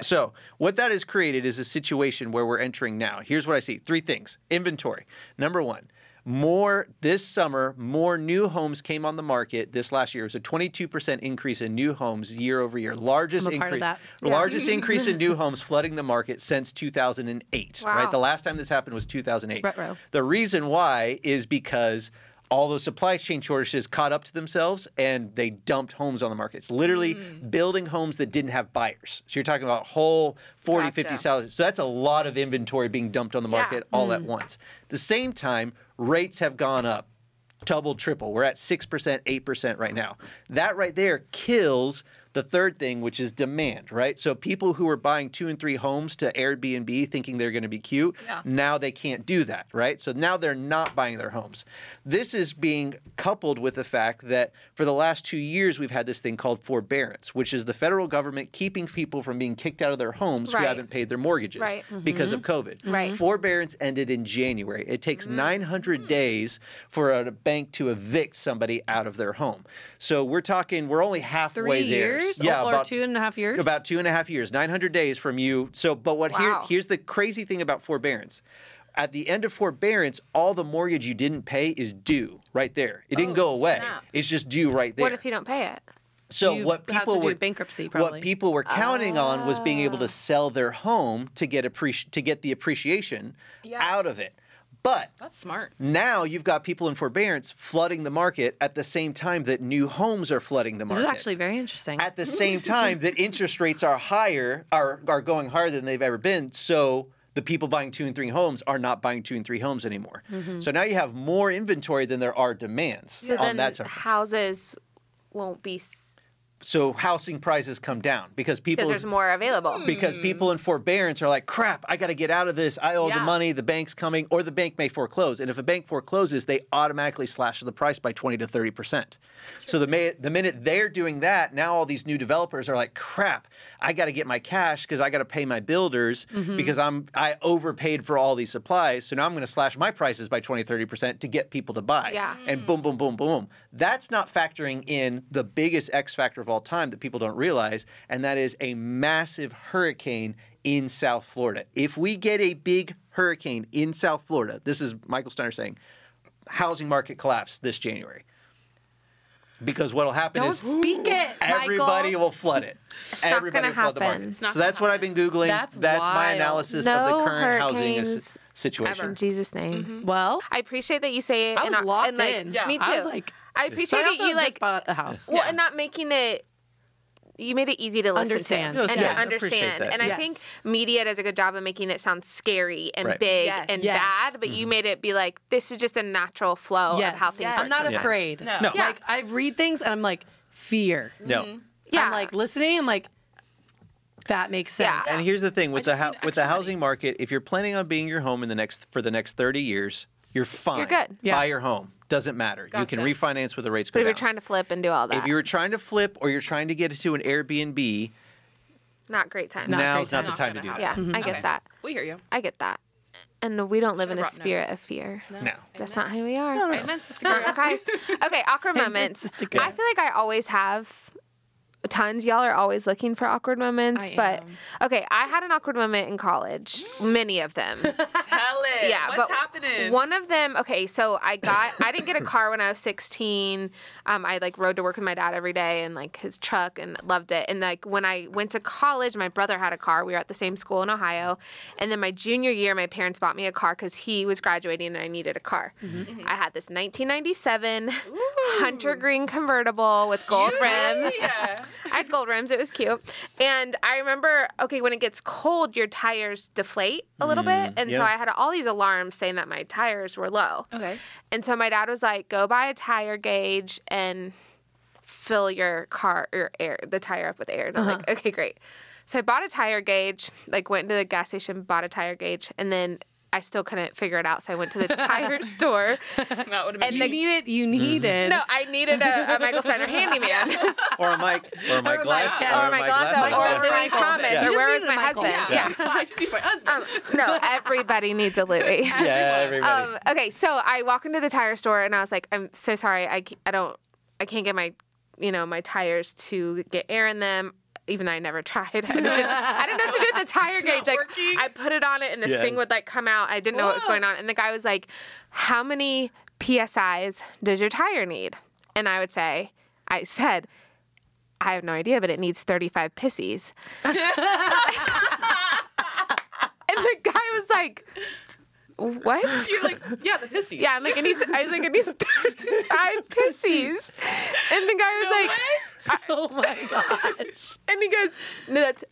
D: So what that has created is a situation where we're entering now. Here's what I see: three things. Inventory. Number one more this summer more new homes came on the market this last year it was a 22% increase in new homes year over year largest
C: I'm a part of
D: increase
C: that.
A: Yeah.
D: largest increase in new homes flooding the market since 2008 right
A: Wow.
D: the last time this happened was 2008
C: Ruh-roh.
D: the reason why is because all those supply chain shortages caught up to themselves and they dumped homes on the market. It's literally building homes that didn't have buyers. So you're talking about whole 40, 50
B: Gotcha.
D: houses. So that's a lot of inventory being dumped on the
A: Yeah.
D: market all at once. The same time, rates have gone up double, triple. We're at 6%, 8% right now. That right there kills the third thing, which is demand, right? So people who were buying two and three homes to Airbnb thinking they're going to be cute,
B: Yeah.
D: now they can't do that, right? So now they're not buying their homes. This is being coupled with the fact that for the last two years, we've had this thing called forbearance, which is the federal government keeping people from being kicked out of their homes who
A: Right.
D: haven't paid their mortgages
A: Right.
C: Mm-hmm.
D: because of COVID.
A: Right.
D: Forbearance ended in January. It takes
C: Mm.
D: 900 days for a bank to evict somebody out of their home. So we're talking, we're only halfway
C: three
D: there.
C: years,
D: yeah,
C: or
D: about
C: two and a half years.
D: about two and a half years, 900 days from you. So, but what here,
A: Wow.
D: here's the crazy thing about forbearance. At the end of forbearance, all the mortgage you didn't pay is due right there. It didn't
B: Oh,
D: go away.
B: snap.
D: It's just due right there.
A: What if you don't pay it?
D: So
C: You
D: what
C: have to
D: people
C: do
D: were
C: bankruptcy,
D: What
C: probably. Ah.
D: people were counting on was being able to sell their home to get appreci- to get the appreciation
B: Yeah.
D: out of it. But
B: That's smart.
D: now you've got people in forbearance flooding the market at the same time that new homes are flooding the
C: this
D: market.
C: is actually very interesting.
D: at the same time that interest rates are higher are are going higher than they've ever been. So the people buying two and three homes are not buying two and three homes anymore.
C: Mm-hmm.
D: So now you have more inventory than there are demands
A: So
D: on
A: then
D: that side.
A: houses won't be s-
D: So housing prices come down
A: because
D: because people
A: there's more available.
D: because people in forbearance are like, crap, I got to get out of this. I owe the
B: Yeah.
D: money. The bank's coming, or the bank may foreclose. And if a bank forecloses, they automatically slash the price by 20 to 30 percent. So the, ma- the minute they're doing that, now all these new developers are like, crap, I got to get my cash because I got to pay my builders because I'm I overpaid for all these supplies. So now I'm going to slash my prices by 20, 30 percent to get people to buy.
A: Yeah.
D: And boom, boom, boom, boom. That's not factoring in the biggest X factor of all time that people don't realize, and that is a massive hurricane in South Florida. If we get a big hurricane in South Florida, this is Michael Steiner saying, housing market collapse this January. Because what'll happen
C: Don't
D: is
C: speak it,
D: everybody
C: Michael.
D: will flood it.
A: not
D: everybody
A: gonna
D: will flood the
A: happen.
D: market.
A: It's
B: not
D: So that's
B: gonna
D: what I've been googling.
C: That's
D: my
C: wild.
D: analysis of
A: No
D: the current housing
A: hurricanes
D: assi- situation.
A: In Jesus' name.
C: well,
A: I appreciate that you say it.
C: Mm-hmm. I
A: and
C: was
A: are-
C: locked
A: and, like,
C: in.
B: Yeah.
A: Me too.
C: I was like-
A: I
C: but
A: appreciate
C: I
A: that
C: also
A: you
C: just
A: like
C: bought the house.
A: well,
B: Yeah.
A: and not making it. You made it easy to listen
C: Understand.
A: to
C: Yes,
A: and
C: yes.
A: to understand,
D: Appreciate that.
A: and I
C: Yes.
A: think media does a good job of making it sound scary and
D: Right. Mm-hmm.
A: big
B: Yes.
A: and
C: Yes.
A: bad, but you made it be like this is just a natural flow Oh,
C: yes,
A: of how things
B: Yes.
A: are.
C: I'm not
A: sometimes.
C: afraid.
B: No.
D: No.
C: Like I read things and I'm like fear.
D: No.
A: Yeah,
C: I'm like listening. I'm like that makes
A: Yeah.
C: sense.
D: And here's the thing with the
B: just
D: hou-
B: need
D: with the
B: extra money.
D: housing market, if you're planning on being your home in the next for the next 30 years, you're fine.
A: good.
C: Yeah.
D: Buy your home. Doesn't matter. You can
B: Gotcha.
D: refinance with the rates
A: but
D: go
A: if you're
D: down.
A: trying to flip and do all that,
D: if you were trying to flip or you're trying to get into an Airbnb,
A: not great time.
C: Not
D: now's
C: great
D: not the
B: Not
D: time to
B: gonna
D: do
A: Yeah,
D: that.
A: I get
B: Okay.
A: that.
B: We hear you.
A: I get that. And we don't live in a
B: Should've brought
A: spirit
B: notes.
A: of fear.
D: No.
A: That's not who we are.
B: Amen, Sister
A: Spirit of
B: Girl.
A: Christ. Okay, awkward moments. I feel like I always have tons. Y'all are always looking for awkward moments,
B: I
A: but
B: am.
A: okay, I had an awkward moment in college. Many of them.
B: Tell it.
A: Yeah,
B: What's
A: but
B: happening?
A: One of them. Okay, so I got. I didn't get a car when I was 16. Um, I like rode to work with my dad every day and like his truck and loved it. And like when I went to college, my brother had a car. We were at the same school in Ohio. And then my junior year, my parents bought me a car because he was graduating and I needed a car. I had this 1997 Hunter Green convertible with gold rims.
B: Yeah.
A: I had gold rims. It was cute. And I remember, okay, when it gets cold, your tires deflate a little bit. And so
D: yeah.
A: I had all these alarms saying that my tires were low.
B: Okay.
A: And so my dad was like, go buy a tire gauge and fill your car or air, the tire up with air. And I'm like, okay, great. So I bought a tire gauge, like went to the gas station, bought a tire gauge, and then I still couldn't figure it out. So I went to the tire store.
B: That would have been
A: And
C: You
A: the-
C: need it. You need
D: Mm-hmm.
C: it.
A: No, I needed a, a Michael Steiner handyman.
D: Or a mic. Or a mic
C: Or a
D: uh, glass.
C: mic,
A: or my Glasso,
C: Michael.
A: or Louis
C: Michael.
A: Thomas,
D: Yeah.
A: or
D: You
A: where
C: just
A: was my
C: needed a Michael.
A: husband? Yeah.
B: I just need my
A: Um,
B: husband.
A: no, everybody needs a Louis.
D: Yeah, everybody.
A: Um, okay, so I walk into the tire store and I was like, I'm so sorry, I, ca- I don't, I can't get my, you know, my tires to get air in them. Even though I never tried, I, just didn't, I didn't know what to do with the tire gauge. Like
B: working.
A: I put it on it, and this
D: Yeah.
A: thing would like come out. I didn't know what was
B: Whoa.
A: going on, and the guy was like, "How many psi's does your tire need?" And I would say, I said, "I have no idea, but it needs 35 pissies." and the guy was like, "What?"
B: You're like, yeah, the pissy.
A: Yeah, I'm like, it needs, I was like, it needs 35 pissies. And the guy was
B: No
A: like,
B: way.
C: Oh my god.
A: and he goes, no, that's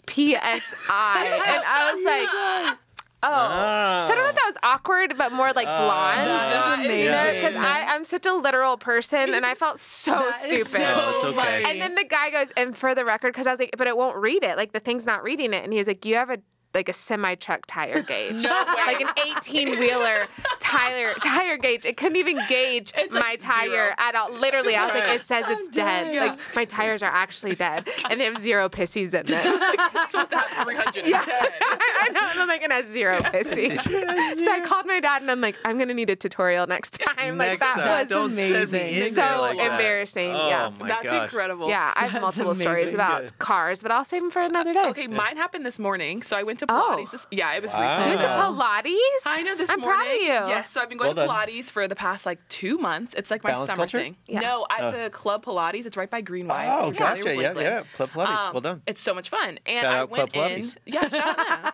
A: PSI. And I was like, oh. So I don't know if that was awkward, but more like blonde.
D: This Uh, is
A: You know,
D: amazing.
A: because I'm such a literal person and I felt so stupid.
D: so- it's okay.
A: and then the guy goes, and for the record, because I was like, but it won't read it. Like the thing's not reading it. And he was like, you have a like a semi truck tire gauge, like an eighteen wheeler tire tire gauge. It couldn't even gauge
B: It's
A: my
B: like
A: tire
B: zero.
A: at all. Literally, I was like,
B: Right.
A: it says it's dead.
B: Yeah.
A: Like my tires are actually dead, and they have zero pissies in them.
B: It's supposed to have 310.
A: I know, and I'm like, and has zero pissies. So I called my dad, and I'm like, I'm gonna need a tutorial next time. Like
D: Next
A: that
D: time.
A: was
D: Don't send me
C: amazing.
D: in
A: So
D: there like that.
A: embarrassing,
D: Oh,
A: yeah.
D: my
B: That's
D: gosh.
B: incredible.
A: Yeah, I have
C: That's
A: multiple stories
C: amazing.
A: about
D: Yeah.
A: cars, but I'll save them for another day.
B: Okay, mine happened this morning. So I went to
A: Oh.
B: Pilates. This, yeah, it was
D: Wow.
A: You went to
B: recent.
D: Wow.
A: Pilates?
B: Oh. I know this
A: I'm
B: morning.
A: proud of you.
B: Yes, so I've been going
D: Well
B: to
D: done.
B: Pilates for the past like two months. It's like my
D: Balance
B: summer
D: culture?
B: thing.
A: Yeah.
B: No, at
D: Oh.
B: the club Pilates. It's right by Greenwise.
D: Oh,
B: if you're familiar
D: gotcha.
B: with
D: Yeah,
B: Lakeland.
D: yeah. Club Pilates. well done.
B: Um, It's so much fun. And
D: Shout
B: I
D: out Club
B: went in.
D: Pilates.
B: Yeah, shout out. now.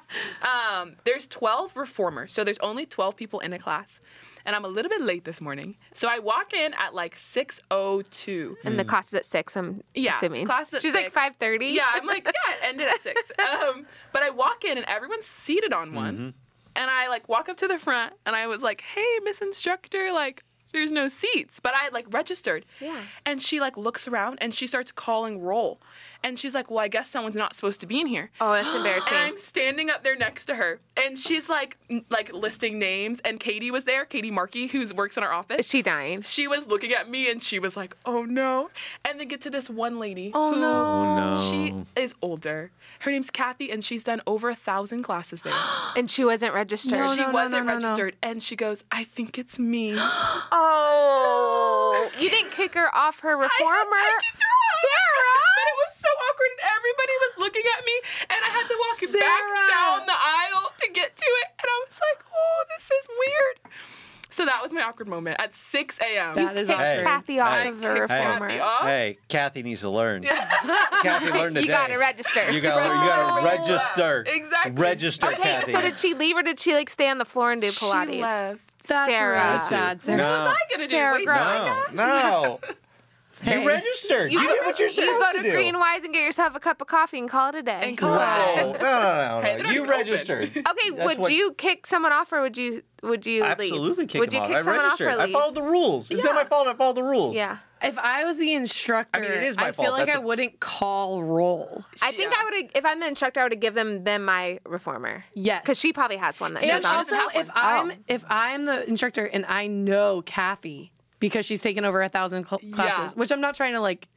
B: um, there's 12 reformers. So there's only 12 people in a class. And I'm a little bit late this morning. So I walk in at like 6.02.
A: And the class is at six. I'm
B: Yeah,
A: assuming.
B: class is at
A: She's like
B: six.
A: five thirty.
B: Yeah, I'm like, yeah, it ended at six. Um, but I walk in and everyone's seated on one. And I like walk up to the front and I was like, hey, Miss Instructor, like, there's no seats. But I like registered.
A: Yeah.
B: And she like looks around and she starts calling roll. And she's like, well, I guess someone's not supposed to be in here.
A: Oh, that's
B: And I'm
A: embarrassing.
B: standing up there next to her, and she's like, n- like listing names. And Katie was there, Katie Markey, who works in our office
A: Is she dying?
B: she was looking at me and she was like, "Oh no!" And then get to this one lady.
C: Oh,
B: who,
C: no.
D: Oh, no.
C: Um,
B: She is older. Her name's Kathy, and she's done over a thousand classes there.
A: And she wasn't registered.
C: No,
B: she
C: no,
B: wasn't
C: no, no.
B: registered, and she goes, "I think it's me."
A: Oh. You didn't kick her off her reformer.
B: I kicked her off.
A: Sarah.
B: But it was so awkward, and everybody was looking at me, and I had to walk
C: Sarah.
B: back down the aisle to get to it, and I was like, "Oh, this is weird." So that was my awkward moment at 6 a.m.
C: That is
A: Kicked
D: Hey,
A: Kathy off
D: hey,
A: of her
B: kicked
D: Hey,
A: reformer.
B: Kathy off.
D: hey, Kathy needs to learn. Kathy learned
A: You
D: today.
A: gotta register.
D: You gotta, learn- you gotta register.
B: Exactly.
D: Register,
A: okay,
D: Kathy.
A: so did she leave or did she like stay on the floor and do Pilates?
B: She left.
C: That's
A: Sarah.
C: really sad. Sarah.
D: No.
B: I gonna
A: Sarah
B: do? Waste
A: Gross.
B: my
D: No, no.
C: Hey.
D: You registered. You,
A: go,
D: did what you're
A: you
D: supposed
A: go
D: to
A: to
D: do.
A: Greenwise and get yourself a cup of coffee and call it a day.
B: And call
D: no,
B: it
D: no, no, no,
B: Hey,
D: no.
B: they're not
D: you
B: even open.
D: registered.
A: Okay,
D: Mm-hmm. That's
A: would
D: what-
A: you kick someone off or would you would you
D: Absolutely,
A: leave?
D: kick
A: would
D: them
A: you
D: off.
A: kick
D: I
A: someone
D: registered.
A: off or
D: I
A: leave?
D: followed the rules. It's not my fault. I followed the rules.
A: yeah.
C: If I was the instructor,
D: I mean, it is my
C: I
D: fault.
C: feel like
D: That's
C: I
D: a-
C: wouldn't call roll.
A: I think I would if I'm the instructor I would give them them my reformer.
C: Yes.
A: Cuz she probably has one that
C: And
A: she's on.
C: also,
B: have
C: if
B: one.
C: I'm
A: Oh.
C: if I'm the instructor and I know Kathy because she's taken over a thousand cl- classes, which I'm not trying to like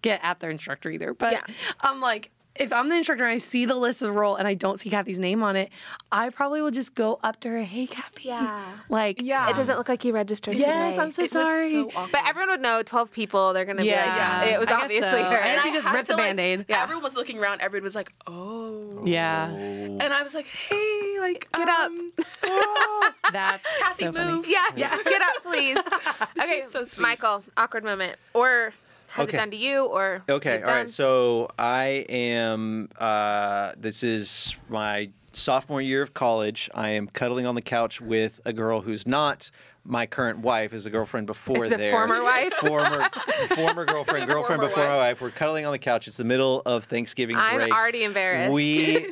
C: get at their instructor either, but
A: Yeah.
C: I'm like. If I'm the instructor and I see the list of roll and I don't see Kathy's name on it, I probably will just go up to her, "Hey, Kathy."
A: Yeah.
C: Like,
B: Yeah.
A: It doesn't look like you registered
C: Yes,
A: today.
C: I'm so
B: It
C: sorry.
B: Was so awkward.
A: But everyone would know 12 people they're going to
C: Yeah,
A: be like,
C: yeah.
A: it was
C: I guess
A: obviously
C: so.
A: her.
C: I guess
B: And
C: you just
B: had
C: ripped
B: to,
C: the
B: like-
C: Band-Aid.
A: Yeah.
B: Everyone was looking around. Everyone was like, "Oh,"
C: yeah,
B: and I was like, "Hey, like,
A: Get up.
B: um,
C: that's
B: Kathy,
C: so funny.
B: move."
A: yeah, Get up, please. Okay,
B: so sweet.
A: Michael, awkward moment or has
D: Okay.
A: it done to you or
D: Okay,
A: it
D: all right.
A: done?
D: So I am. Uh, this is my sophomore year of college. I am cuddling on the couch with a girl who's not my current wife, is a girlfriend before
A: Is it
D: there.
A: former wife?
D: Former, former girlfriend, girlfriend
B: Former
D: before my
B: wife.
D: wife. We're cuddling on the couch. It's the middle of Thanksgiving
A: I'm
D: break.
A: already embarrassed.
D: We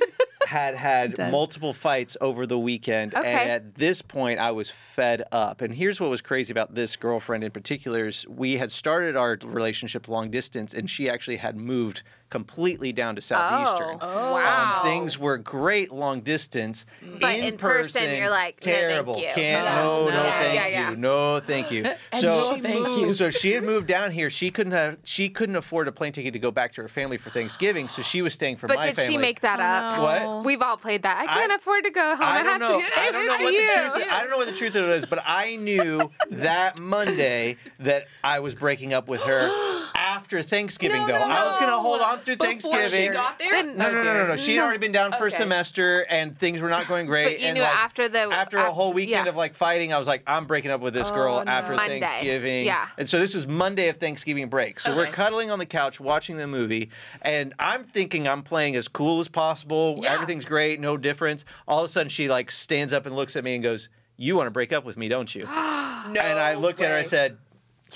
D: had had
C: Done.
D: multiple fights over the weekend,
A: Okay.
D: and at this point, I was fed up. And here's what was crazy about this girlfriend in particular: is we had started our relationship long distance, and she actually had moved completely down to southeastern.
A: Oh, wow.
D: Um, things were great long distance,
A: But in person, you're like, "No, thank
D: terrible.
A: you."
D: Can't
A: Yeah.
D: no, no,
A: No. Yeah,
D: thank
A: yeah, yeah.
D: you, no, thank you. so
C: no, thank you.
D: So she had moved down here. She couldn't have, she couldn't afford a plane ticket to go back to her family for Thanksgiving, so she was staying for
A: But
D: my
A: did
D: family.
A: she make that up?
C: Oh,
D: What?
A: We've all played that. I can't afford to go home. I,
D: I
A: have
D: don't know.
A: to stay
D: I don't know
A: with
D: what
A: you.
D: the truth. I don't know what the truth of it is, but I knew that Monday that I was breaking up with her after Thanksgiving. though I was going to hold on through
B: Before
D: Thanksgiving.
B: She got there?
A: Then-
D: No, no, no, no, no. She had
C: No.
D: already been down for a
B: Okay.
D: semester, and things were not going great.
A: But you
D: and
A: knew
D: like,
A: after the
D: after a whole
A: yeah.
D: weekend
A: Oh,
D: of like fighting, I was like, I'm breaking up with this girl after
A: Monday.
D: Thanksgiving.
A: Yeah.
D: And so this is Monday of Thanksgiving break. So we're
B: Okay.
D: cuddling on the couch watching the movie, and I'm thinking I'm playing as cool as possible.
B: Yeah.
D: Everything's great, no difference. All of a sudden, she like stands up and looks at me and goes, "You want to break up with me, don't you?"
B: No
D: and
A: Oh,
D: I looked at her. I
B: way.
D: said,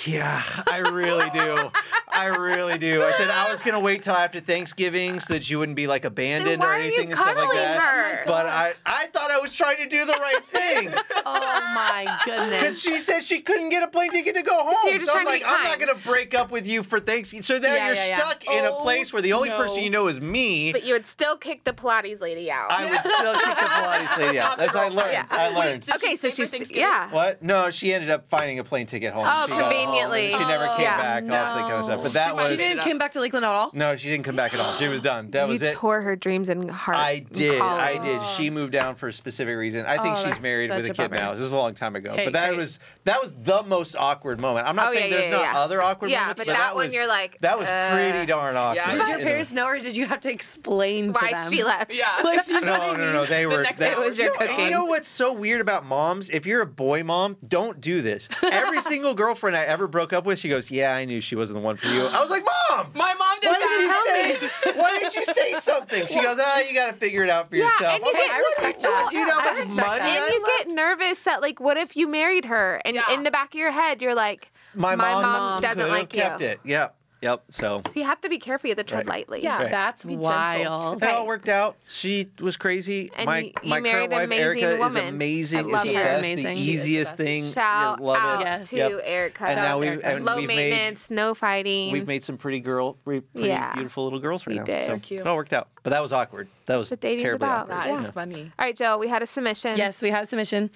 D: "Yeah, I really do. I really do." I said I was gonna wait till after Thanksgiving so that you wouldn't be like abandoned
A: why
D: or
A: are you
D: anything and stuff like
A: cuddling
D: that.
A: her?
D: But I, I thought I was trying to do the right thing
C: Oh my
D: because
C: goodness.
D: she said she couldn't get a plane ticket to go home.
A: you're just
D: I'm
A: trying to
D: like,
A: be
D: I'm not
A: kind.
D: gonna break up with you for Thanksgiving. So now
C: Yeah,
D: you're
C: yeah, yeah.
D: stuck in a
B: Oh,
D: place where the only person
B: no.
D: you know is me.
A: But you would still kick the Pilates lady out.
D: I would still kick the Pilates lady out. That's what I learned.
A: Yeah.
D: I learned.
B: Did
A: okay,
B: she
A: so
B: stay for
A: she's
B: Thanksgiving?
A: yeah.
D: What? No, she ended up finding a plane ticket home.
A: Oh,
D: She got home and
A: conveniently. Oh,
D: she never came
A: Yeah.
D: back. All that kind of stuff. But that
B: She
D: was
C: She didn't come back to Lakeland at all.
D: no, she didn't come back at all. She was done. That
A: you
D: was it.
A: tore her dreams and heart.
D: I
A: in
D: did. I
A: college.
D: did. She moved down for a specific reason. I
C: Oh,
D: think she's
C: that's
D: married with
C: such
D: a
C: a
D: kid
C: bummer.
D: now. This is a long time ago.
C: Hey,
D: but that
C: hey.
D: was that was the most awkward moment. I'm not
A: Oh,
D: saying
A: yeah,
D: there's
A: yeah,
D: not
A: yeah.
D: other awkward
A: Yeah,
D: moments,
A: but
D: but,
A: that one
D: was,
A: you're like,
D: that was
A: uh,
D: pretty darn awkward.
B: Did
C: Did
B: I
C: your
D: know.
C: parents know, or did you have to explain to
A: Why
C: them?
A: she left?
B: Yeah.
C: Like, do you know
D: No,
C: what I
D: no,
C: mean?
D: no. They
B: The
D: were.
B: next
D: They,
A: It was your
B: You know,
A: cooking.
D: You know what's so weird about moms? If you're a boy mom, don't do this. Every single girlfriend I ever broke up with, she goes, "Yeah, I knew she wasn't the one for you." I was like, "Mom,
B: My mom did
D: why
B: that.
D: did you say? Why did you say something?" She goes, "Ah, you got to figure it out for
A: Yeah,
D: yourself."
A: and you
D: I'm like,
A: get- I
D: "What are you
A: respect
D: doing?
A: that.
D: Do you know
C: Yeah,
D: how
C: I
D: much
C: respect
D: money?"
C: that.
D: I
A: And you
D: left?
A: get nervous that like, what if you married her? And
B: Yeah.
A: in the back of your head, you're like,
D: My mom,
A: doesn't
D: could've
A: like you.
D: kept it. Yep, yep. So
A: So you have to be careful. You have to tread
D: Right.
A: lightly.
B: Yeah.
D: Right.
C: That's
B: Be gentle.
C: wild.
D: it all worked out. She was crazy.
A: And
D: my
A: you- you
D: my
A: married
D: current wife
A: an amazing
D: Erica
A: woman.
D: is amazing.
A: I
D: Is
A: love
D: the
A: her.
D: best,
C: Amazing.
D: the
C: She is the
D: easiest
C: best.
D: thing.
A: Shout
D: You'll love
A: out
D: it.
C: Yes.
A: to
D: Yep.
A: Erica.
D: And
C: Shout
D: now
C: out to
D: we
C: Erica.
D: and
A: Low
D: we've made
A: maintenance, no fighting.
D: we've made some pretty girl, pretty, pretty
A: Yeah.
D: beautiful little girls right
A: We
D: now.
A: did.
D: So
A: So
B: cute.
D: it all worked out. But that was awkward. That was
A: What dating's
D: terribly
A: about.
D: awkward.
A: That is Yeah.
B: funny.
A: All right, Joe, we had a submission.
C: Yes, we had a submission.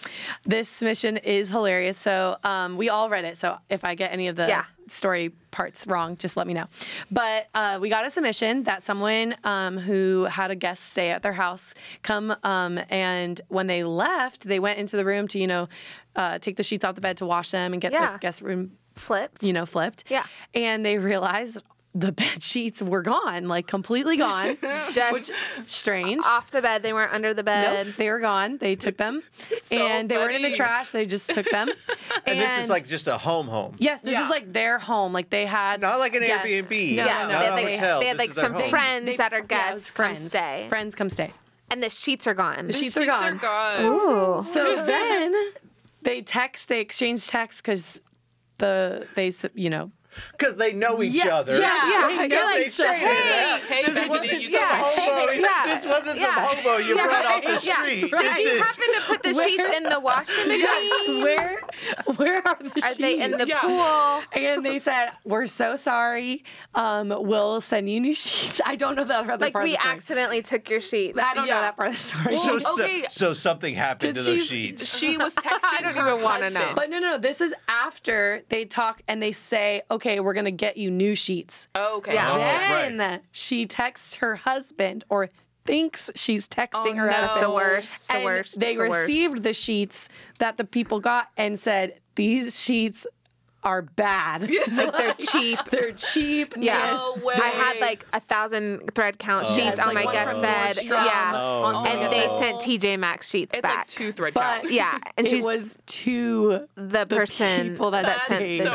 C: This submission is hilarious. So um, we all read it. So if I get any of the
A: Yeah.
C: story parts wrong, just let me know. But uh, we got a submission that someone um, who had a guest stay at their house come um, and when they left, they went into the room to you know uh, take the sheets off the bed to wash them and get
A: Yeah.
C: the guest room
A: Flipped.
C: you know, flipped.
A: Yeah.
C: And they realized the bed sheets were gone, like completely gone.
A: Just
C: which strange.
A: off the bed. They weren't under the
C: Nope,
A: bed.
C: they were gone. They took them, and they weren't in the
B: funny.
C: trash. They just took them.
D: And this is like just a home home.
C: yes, this
B: Yeah.
C: is like their home. Like they had
D: Not like an
C: guests.
D: Airbnb.
C: No,
A: Yeah,
C: no,
A: they
D: Not
A: had
D: a
A: like,
D: hotel.
A: they had,
D: This
A: like
D: is their
A: some
D: home.
A: friends
C: They-
A: that are
C: yeah, it was
A: guests
C: friends.
A: come stay,
C: Friends come stay.
A: and the sheets are gone.
C: The sheets are gone.
B: gone.
A: Ooh.
C: So then they text. They exchange texts because the they s- you know
D: Because they know each other.
C: yes,
A: Yeah,
C: they
A: you're
C: know
A: like,
D: They
C: each
D: stay
C: other.
D: there.
B: Hey,
D: this
B: hey,
D: wasn't
B: you
D: some
A: guys.
D: hobo.
A: Yeah.
D: This wasn't
A: Yeah.
D: some hobo you
A: Yeah.
D: brought off the
A: Yeah.
D: street.
A: Did
D: This
A: you
D: is
A: happen to put the sheets in the washing machine?
C: Where where are the
A: Are
C: sheets?
A: they in the
B: Yeah.
A: pool?
C: and they said, "We're so sorry. Um, we'll send you new sheets." I don't know the other
A: Like
C: part.
A: we
C: of the story.
A: accidentally took your sheets.
C: I don't know
B: Yeah.
C: that part of the story.
D: so, so-
B: okay.
D: so something happened
C: Did
D: to those
C: she-
D: sheets.
B: She was texting.
A: I don't
B: her
A: even wanna
B: husband.
A: know.
C: But no, no, no. This is after they talk and they say, "Okay, we're gonna get you new sheets."
B: Oh, okay.
A: Yeah.
D: Oh,
C: then
D: right.
C: she texts her husband or thinks she's texting
B: Oh,
C: her
B: no.
A: That's
C: husband.
A: the worst. It's The
C: and
A: worst.
C: They
A: It's the worst.
C: received the sheets that the people got and said, "These sheets are bad.
A: Like they're cheap.
C: They're cheap.
A: Yeah.
B: No way.
A: I had like a thousand thread count
D: Oh,
A: sheets
D: it's
A: on my
D: like one
A: guest
D: from
A: bed.
C: Nordstrom
A: Yeah.
D: Oh,
C: on the
A: And
C: guest
A: they
C: bed.
A: sent TJ Maxx sheets
B: it's like
A: back.
B: two thread
C: But
B: counts.
A: Yeah, and
C: it
A: she's-
C: was to
A: the person
C: people that
A: that
B: That's so
A: sent
C: day.
A: the
D: Yeah.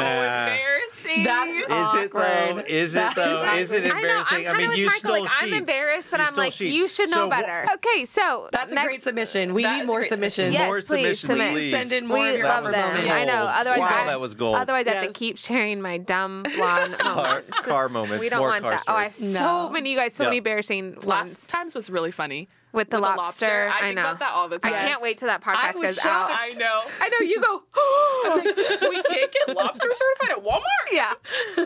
B: embarrassing. embarrassing.
C: That is
D: Is it though?
C: Awkward.
D: Is it
C: That
D: though?
C: is
D: Is it
A: I know. I'm
D: embarrassing? I,
A: kind of
D: mean,
A: with
D: you
A: Michael.
D: stole
A: Like,
D: sheets.
A: I'm embarrassed, but
D: You
A: I'm
D: stole
A: like,
D: sheets.
A: you should know
D: So wha-
A: better. Okay, so
C: That's a
A: next,
C: great submission. We
B: That is
C: need
B: a
C: more
B: great
C: submissions.
D: submission.
A: Yes,
D: More
A: please
D: submissions,
A: submit.
D: please.
C: Send in more of
A: We
C: your
A: love
C: rubber
A: them.
C: moments.
A: I know.
D: Gold.
A: Otherwise,
D: Wow,
A: I,
D: that was gold.
A: Otherwise, I have
C: Yes.
A: to keep sharing my dumb blonde moments.
D: car moments,
A: We don't
D: more
A: want
D: car
A: that. Oh, I have
D: stories.
C: No.
A: so many. You guys, so
D: Yeah.
A: many embarrassing ones.
B: Last times was really funny.
A: With the lobster,
B: I,
A: I
B: think
A: know.
B: about that all the
A: I
B: time.
A: can't wait till that
B: I
A: podcast
B: was
A: goes
B: shocked.
A: out.
B: I know.
A: I know you go.
B: we can't get lobster certified at Walmart.
A: yeah.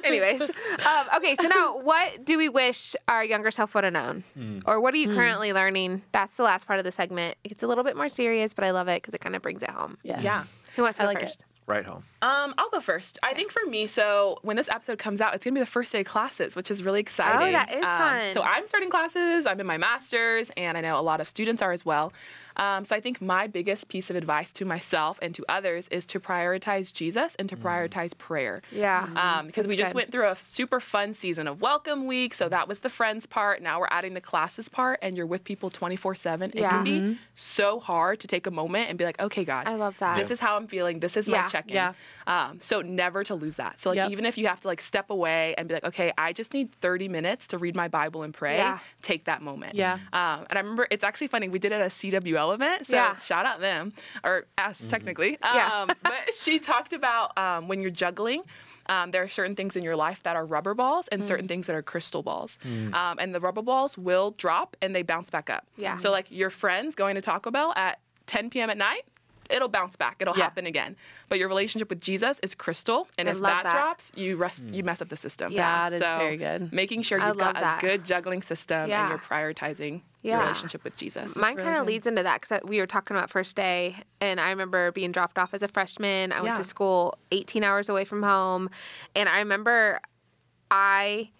A: Anyways, um, okay. So now, what do we wish our younger self would have known,
C: Mm.
A: or what are you currently learning? That's the last part of the segment. It's a little bit more serious, but I love it because it kind of brings it home.
C: Yes.
B: Yeah.
A: Who wants to
C: I
A: go
C: like it.
A: first?
D: Right home.
B: Um, I'll go first. I think for me, so when this episode comes out, it's gonna be the first day of classes, which is really exciting.
A: Oh, that is
B: Um,
A: fun.
B: So I'm starting classes. I'm in my master's, and I know a lot of students are as well. Um, so I think my biggest piece of advice to myself and to others is to prioritize Jesus and to prioritize prayer.
A: Mm. Yeah.
B: Um, because we
A: That's
B: just
A: good.
B: went through a super fun season of welcome week, so that was the friends part. Now we're adding the classes part, and you're with people 24 seven. It
A: Yeah.
B: can be so hard to take a moment and be like, okay, God,
A: I love that.
B: This is how I'm feeling. This is my
A: Yeah.
B: check in.
C: Yeah.
B: Um, so never to lose that. So like
C: Yep.
B: even if you have to like step away and be like, okay, I just need 30 minutes to read my Bible and pray,
A: Yeah.
B: take that moment.
C: Yeah.
B: Um, and I remember it's actually funny. We did it at a CWL event. So
A: Yeah.
B: shout out them or us technically.
A: Yeah.
B: Um, but she talked about um, when you're juggling. Um, there are certain things in your life that are rubber balls and
A: Mm.
B: certain things that are crystal balls. Um, and the rubber balls will drop and they bounce back up.
A: Yeah.
B: So, like your friends going to Taco Bell at 10 p.m. at night, it'll bounce back. It'll
C: Yeah.
B: happen again. But your relationship with Jesus is crystal, and
A: I
B: if
A: love
B: that,
A: that.
B: drops, you rest, you mess up the system.
A: Yeah.
C: That is very good.
B: Making sure
A: I
B: you've got
A: love that.
B: a good juggling system
A: Yeah.
B: and you're prioritizing your
A: Yeah.
B: relationship with Jesus.
A: Mine kind of leads into that because we were talking about first day, and I remember being dropped off as a freshman. I went
B: Yeah.
A: to school 18 hours away from home, and I remember I.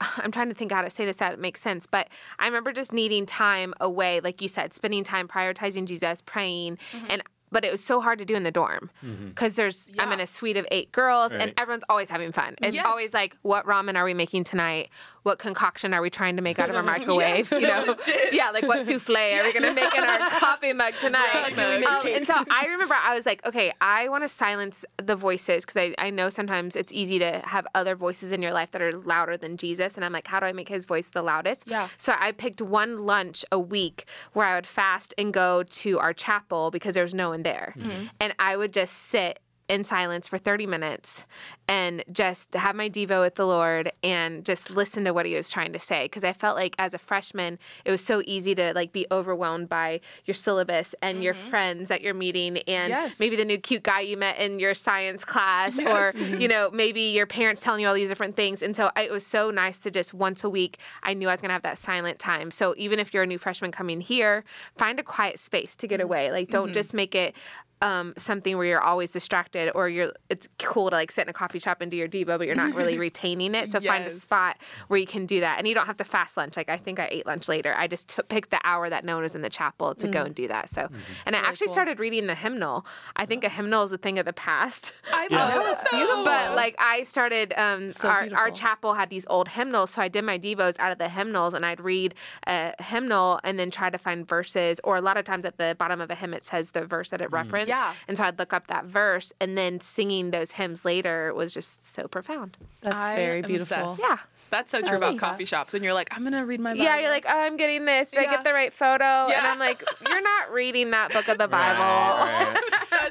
A: I'm trying to think how to say this that it makes sense, but I remember just needing time away, like you said, spending time prioritizing Jesus, praying,
B: Mm-hmm.
A: and but it was so hard to do in the dorm because there's I'm in
B: Yeah.
A: a suite of eight girls and
D: Right.
A: everyone's always having fun. It's
B: Yes.
A: always like, what ramen are we making tonight? What concoction are we trying to make out of our microwave? You know, yeah, like what souffle are we gonna make in our coffee mug tonight?
B: Coffee mug.
A: Um, and so I remember I was like, okay, I want to silence the voices because I, I know sometimes it's easy to have other voices in your life that are louder than Jesus. And I'm like, how do I make his voice the loudest?
B: Yeah.
A: So I picked one lunch a week where I would fast and go to our chapel because there was no one there.
B: Mm-hmm.
A: And I would just sit in silence for 30 minutes and just have my devo with the lord and just listen to what he was trying to say because i felt like as a freshman it was so easy to like be overwhelmed by your syllabus and your friends at your meeting and
B: Yes.
A: maybe the new cute guy you met in your science class or you know maybe your parents telling you all these different things and so I, it was so nice to just once a week i knew i was going to have that silent time so even if you're a new freshman coming here find a quiet space to get away like don't just make it um, something where you're always distracted or you're it's cool to like sit in a coffee shop and do your devo but you're not really retaining it so find a
B: Yes.
A: spot where you can do that and you don't have to fast lunch like i think i ate lunch later i just took picked the hour that no one was in the chapel to go and do that so and i actually started reading the hymnal i think a hymnal is a thing of the past
B: I know.
C: Oh, that's
B: though.
C: beautiful.
A: but like I started, um,
C: So
A: our, our
C: beautiful.
A: chapel had these old hymnals, so I did my devos out of the hymnals, and I'd read a hymnal and then try to find verses. Or a lot of times at the bottom of a hymn, it says the verse
C: Mm.
A: that it referenced.
B: Yeah.
A: And so I'd look up that verse, and then singing those hymns later was just so profound.
C: That's
B: I
C: very
B: am
C: beautiful.
B: obsessed.
A: Yeah.
B: That's so true about
C: me.
B: coffee shops when you're like, I'm gonna read my Bible.
A: Yeah, you're like, oh, I'm getting this. Did I
B: Yeah.
A: get the right photo? And
B: Yeah.
A: I'm like, you're not reading that book of the
D: Right,
A: Bible.
D: right.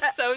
B: that's so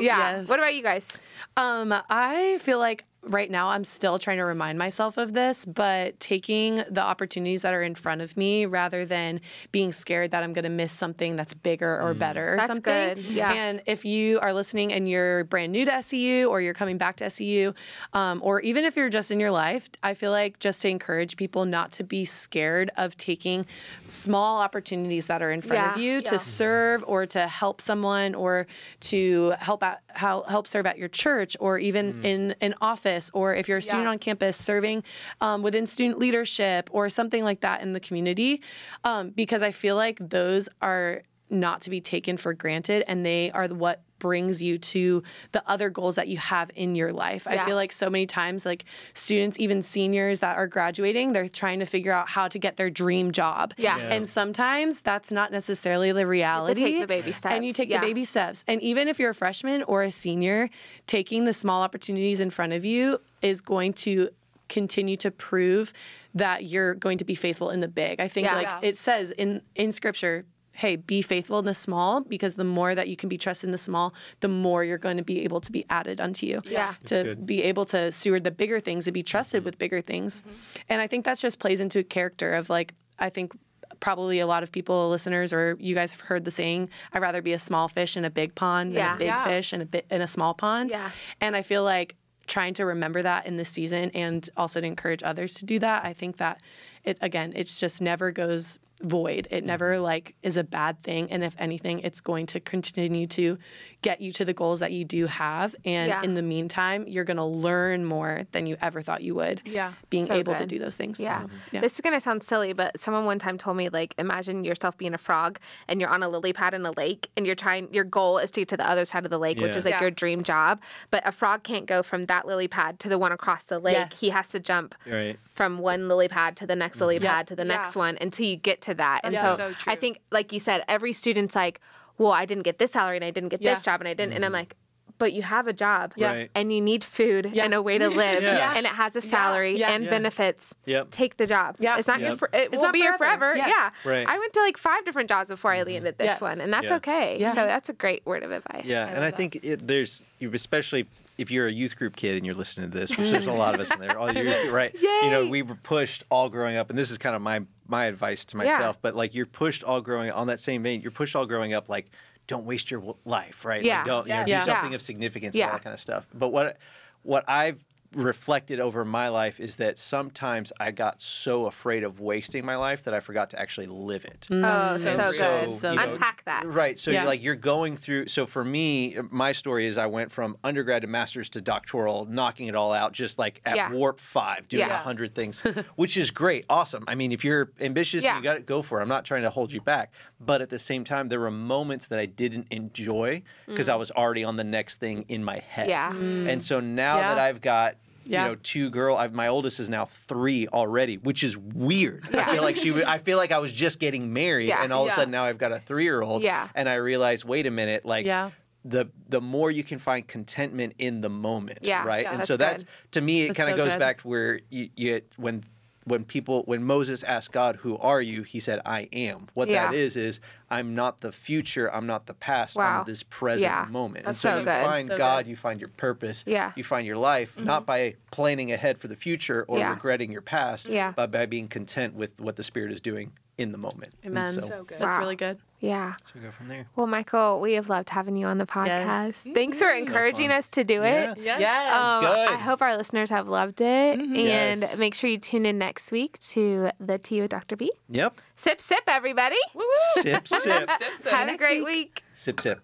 A: Yeah.
C: Yes.
A: What about you guys?
C: Um, I feel like right now I'm still trying to remind myself of this, but taking the opportunities that are in front of me rather than being scared that I'm going to miss something that's bigger or better or
A: That's
C: something.
A: good, yeah.
C: And if you are listening and you're brand new to SEU or you're coming back to SEU, um, or even if you're just in your life, I feel like just to encourage people not to be scared of taking small opportunities that are in front of
A: Yeah.
C: you to serve or to help someone or to help out how help serve at your church or even in an office or if you're a student
B: Yeah.
C: on campus serving um, within student leadership or something like that in the community um, because I feel like those are not to be taken for granted and they are the- what brings you to the other goals that you have in your life. I
A: Yeah.
C: feel like so many times like students even seniors that are graduating they're trying to figure out how to get their dream job.
A: Yeah. Yeah.
C: And sometimes that's not necessarily the reality.
A: the baby
C: And you
A: steps,
C: take
A: yeah.
C: the baby steps. And even if you're a freshman or a senior, taking the small opportunities in front of you is going to continue to prove that you're going to be faithful in the big. I think
A: Yeah.
C: like
A: Yeah.
C: it says in in scripture, hey, be faithful in the small because the more that you can be trusted in the small, the more you're going to be able to be added unto you.
A: Yeah. That's
C: To be able to steward the bigger things and be trusted with bigger things.
A: Mm-hmm.
C: And I think that just plays into a character of like I think probably a lot of people listeners or you guys have heard the saying i'd rather be a small fish in a big pond than
A: Yeah.
C: a big
B: Yeah.
C: fish in a, bi- in a small pond
A: Yeah.
C: and I feel like trying to remember that in this season and also to encourage others to do that, I think that it again, it's just never goes void. It never
A: Mm-hmm.
C: like is a bad thing. And if anything, it's going to continue to get you to the goals that you do have. And
A: Yeah.
C: in the meantime, you're gonna learn more than you ever thought you would.
B: Yeah.
C: Being
A: So
C: able to
A: good.
C: do those things.
A: Yeah.
C: So, yeah.
A: This is going to sound silly, but someone one time told me like imagine yourself being a frog and you're on a lily pad in a lake and you're trying your goal is to get to the other side of the lake, which
D: Yeah.
A: is like
B: Yeah.
A: your dream job, but a frog can't go from that lily pad to the one across the lake.
C: Yes.
A: He has to jump
D: Right.
A: from one lily pad to the next
D: Mm-hmm.
A: lily pad to the next
B: Yeah.
A: one until you get to that. And
B: That's
A: so,
B: so true.
A: I think like you said every student's like, "Well, I didn't get this salary and I didn't get this
C: Yeah.
A: job and I didn't." And I'm like, "But you have a job."
C: Yeah.
D: Mm-hmm. Right.
A: And you need food
C: Yeah.
A: and a way to live,
D: Yeah.
A: and it has a salary
C: Yeah.
A: and
D: Yeah.
A: benefits.
D: Yep.
A: Take the job.
C: Yep.
A: It's not your.
D: Yep.
A: For, it
C: It's
A: will
C: not
A: be your
C: forever.
A: forever.
C: Yes.
A: Yeah.
D: Right. Mm-hmm.
A: I went to like five different jobs before I landed this
C: Yes.
A: one, and that's
D: Yeah.
A: okay.
C: Yeah.
A: So that's a great word of advice.
D: Yeah, and I think it, there's you especially if you're a youth group kid and you're listening to this, which there's a lot of us in there, all youth, right? You know,
A: Yay.
D: we were pushed all growing up, and this is kind of my my advice to myself. But like, you're pushed all growing on that same vein. You're pushed all growing up, like don't waste your w- life, right? Like,
A: Yeah.
D: don't you know,
C: Yeah.
D: do something
A: Yeah.
D: of significance
A: Yeah.
D: and that kind of stuff. But what what I've reflected over my life is that sometimes I got so afraid of wasting my life that I forgot to actually live it.
A: Oh, so,
D: And
A: good.
C: so
D: you know,
A: Unpack that.
D: Right. So
C: Yeah.
D: you're like you're going through. So for me, my story is I went from undergrad to master's to doctoral, knocking it all out, just like at
A: Yeah.
D: warp five, doing a
A: Yeah.
D: hundred things, which is great, awesome. I mean, if you're ambitious, and
A: Yeah.
D: you got it. Go for it. I'm not trying to hold you back, but at the same time, there were moments that I didn't enjoy because I was already on the next thing in my head.
A: Mm. Yeah. Mm.
D: And so now
C: Yeah.
D: that I've got.
C: Yeah.
D: You know, two girl. I've, my oldest is now three already, which is weird.
A: Yeah.
D: I feel like she. w- I feel like I was just getting married,
A: Yeah.
D: and all of
B: Yeah.
D: a sudden now I've got a three year old
A: Yeah.
D: and I realized, wait a minute, like
C: Yeah.
D: the the more you can find contentment in the moment,
A: Yeah,
D: right?
A: yeah.
D: and
A: That's
D: so that's
A: good.
D: to me, it
C: That's
D: kind of
C: so
D: goes
C: good.
D: back to where you, you when when people when Moses asked God, "Who are you?" He said, "I am." What
A: Yeah.
D: that is is I'm not the future, I'm not the past,
A: Wow.
D: I'm this present
A: Yeah.
D: moment.
A: That's
D: and so,
A: so
D: you
A: good.
D: find
C: So
D: God,
C: good.
D: you find your purpose,
A: Yeah. Mm-hmm.
D: you find your life, not by planning ahead for the future or
A: Yeah.
D: regretting your past,
A: Yeah.
D: but by being content with what the Spirit is doing in the moment. And
C: Amen.
D: so-
B: So good.
C: That's
A: Wow.
C: really good.
A: Yeah.
D: so we go from there.
A: Well, Michael, we have loved having you on the podcast.
C: Yes. Mm-hmm.
A: Thanks for encouraging us to do it.
D: Yeah.
B: Yes.
A: Um,
D: Good.
A: I hope our listeners have loved it.
C: Mm-hmm.
A: And
D: Yes.
A: make sure you tune in next week to the Tea with Dr. B.
D: Yep.
A: Sip, sip, everybody.
B: Woo-woo.
D: Sip, sip,
B: Sip, sip.
A: Have a
C: next
A: great
C: week.
A: week.
D: sip, sip.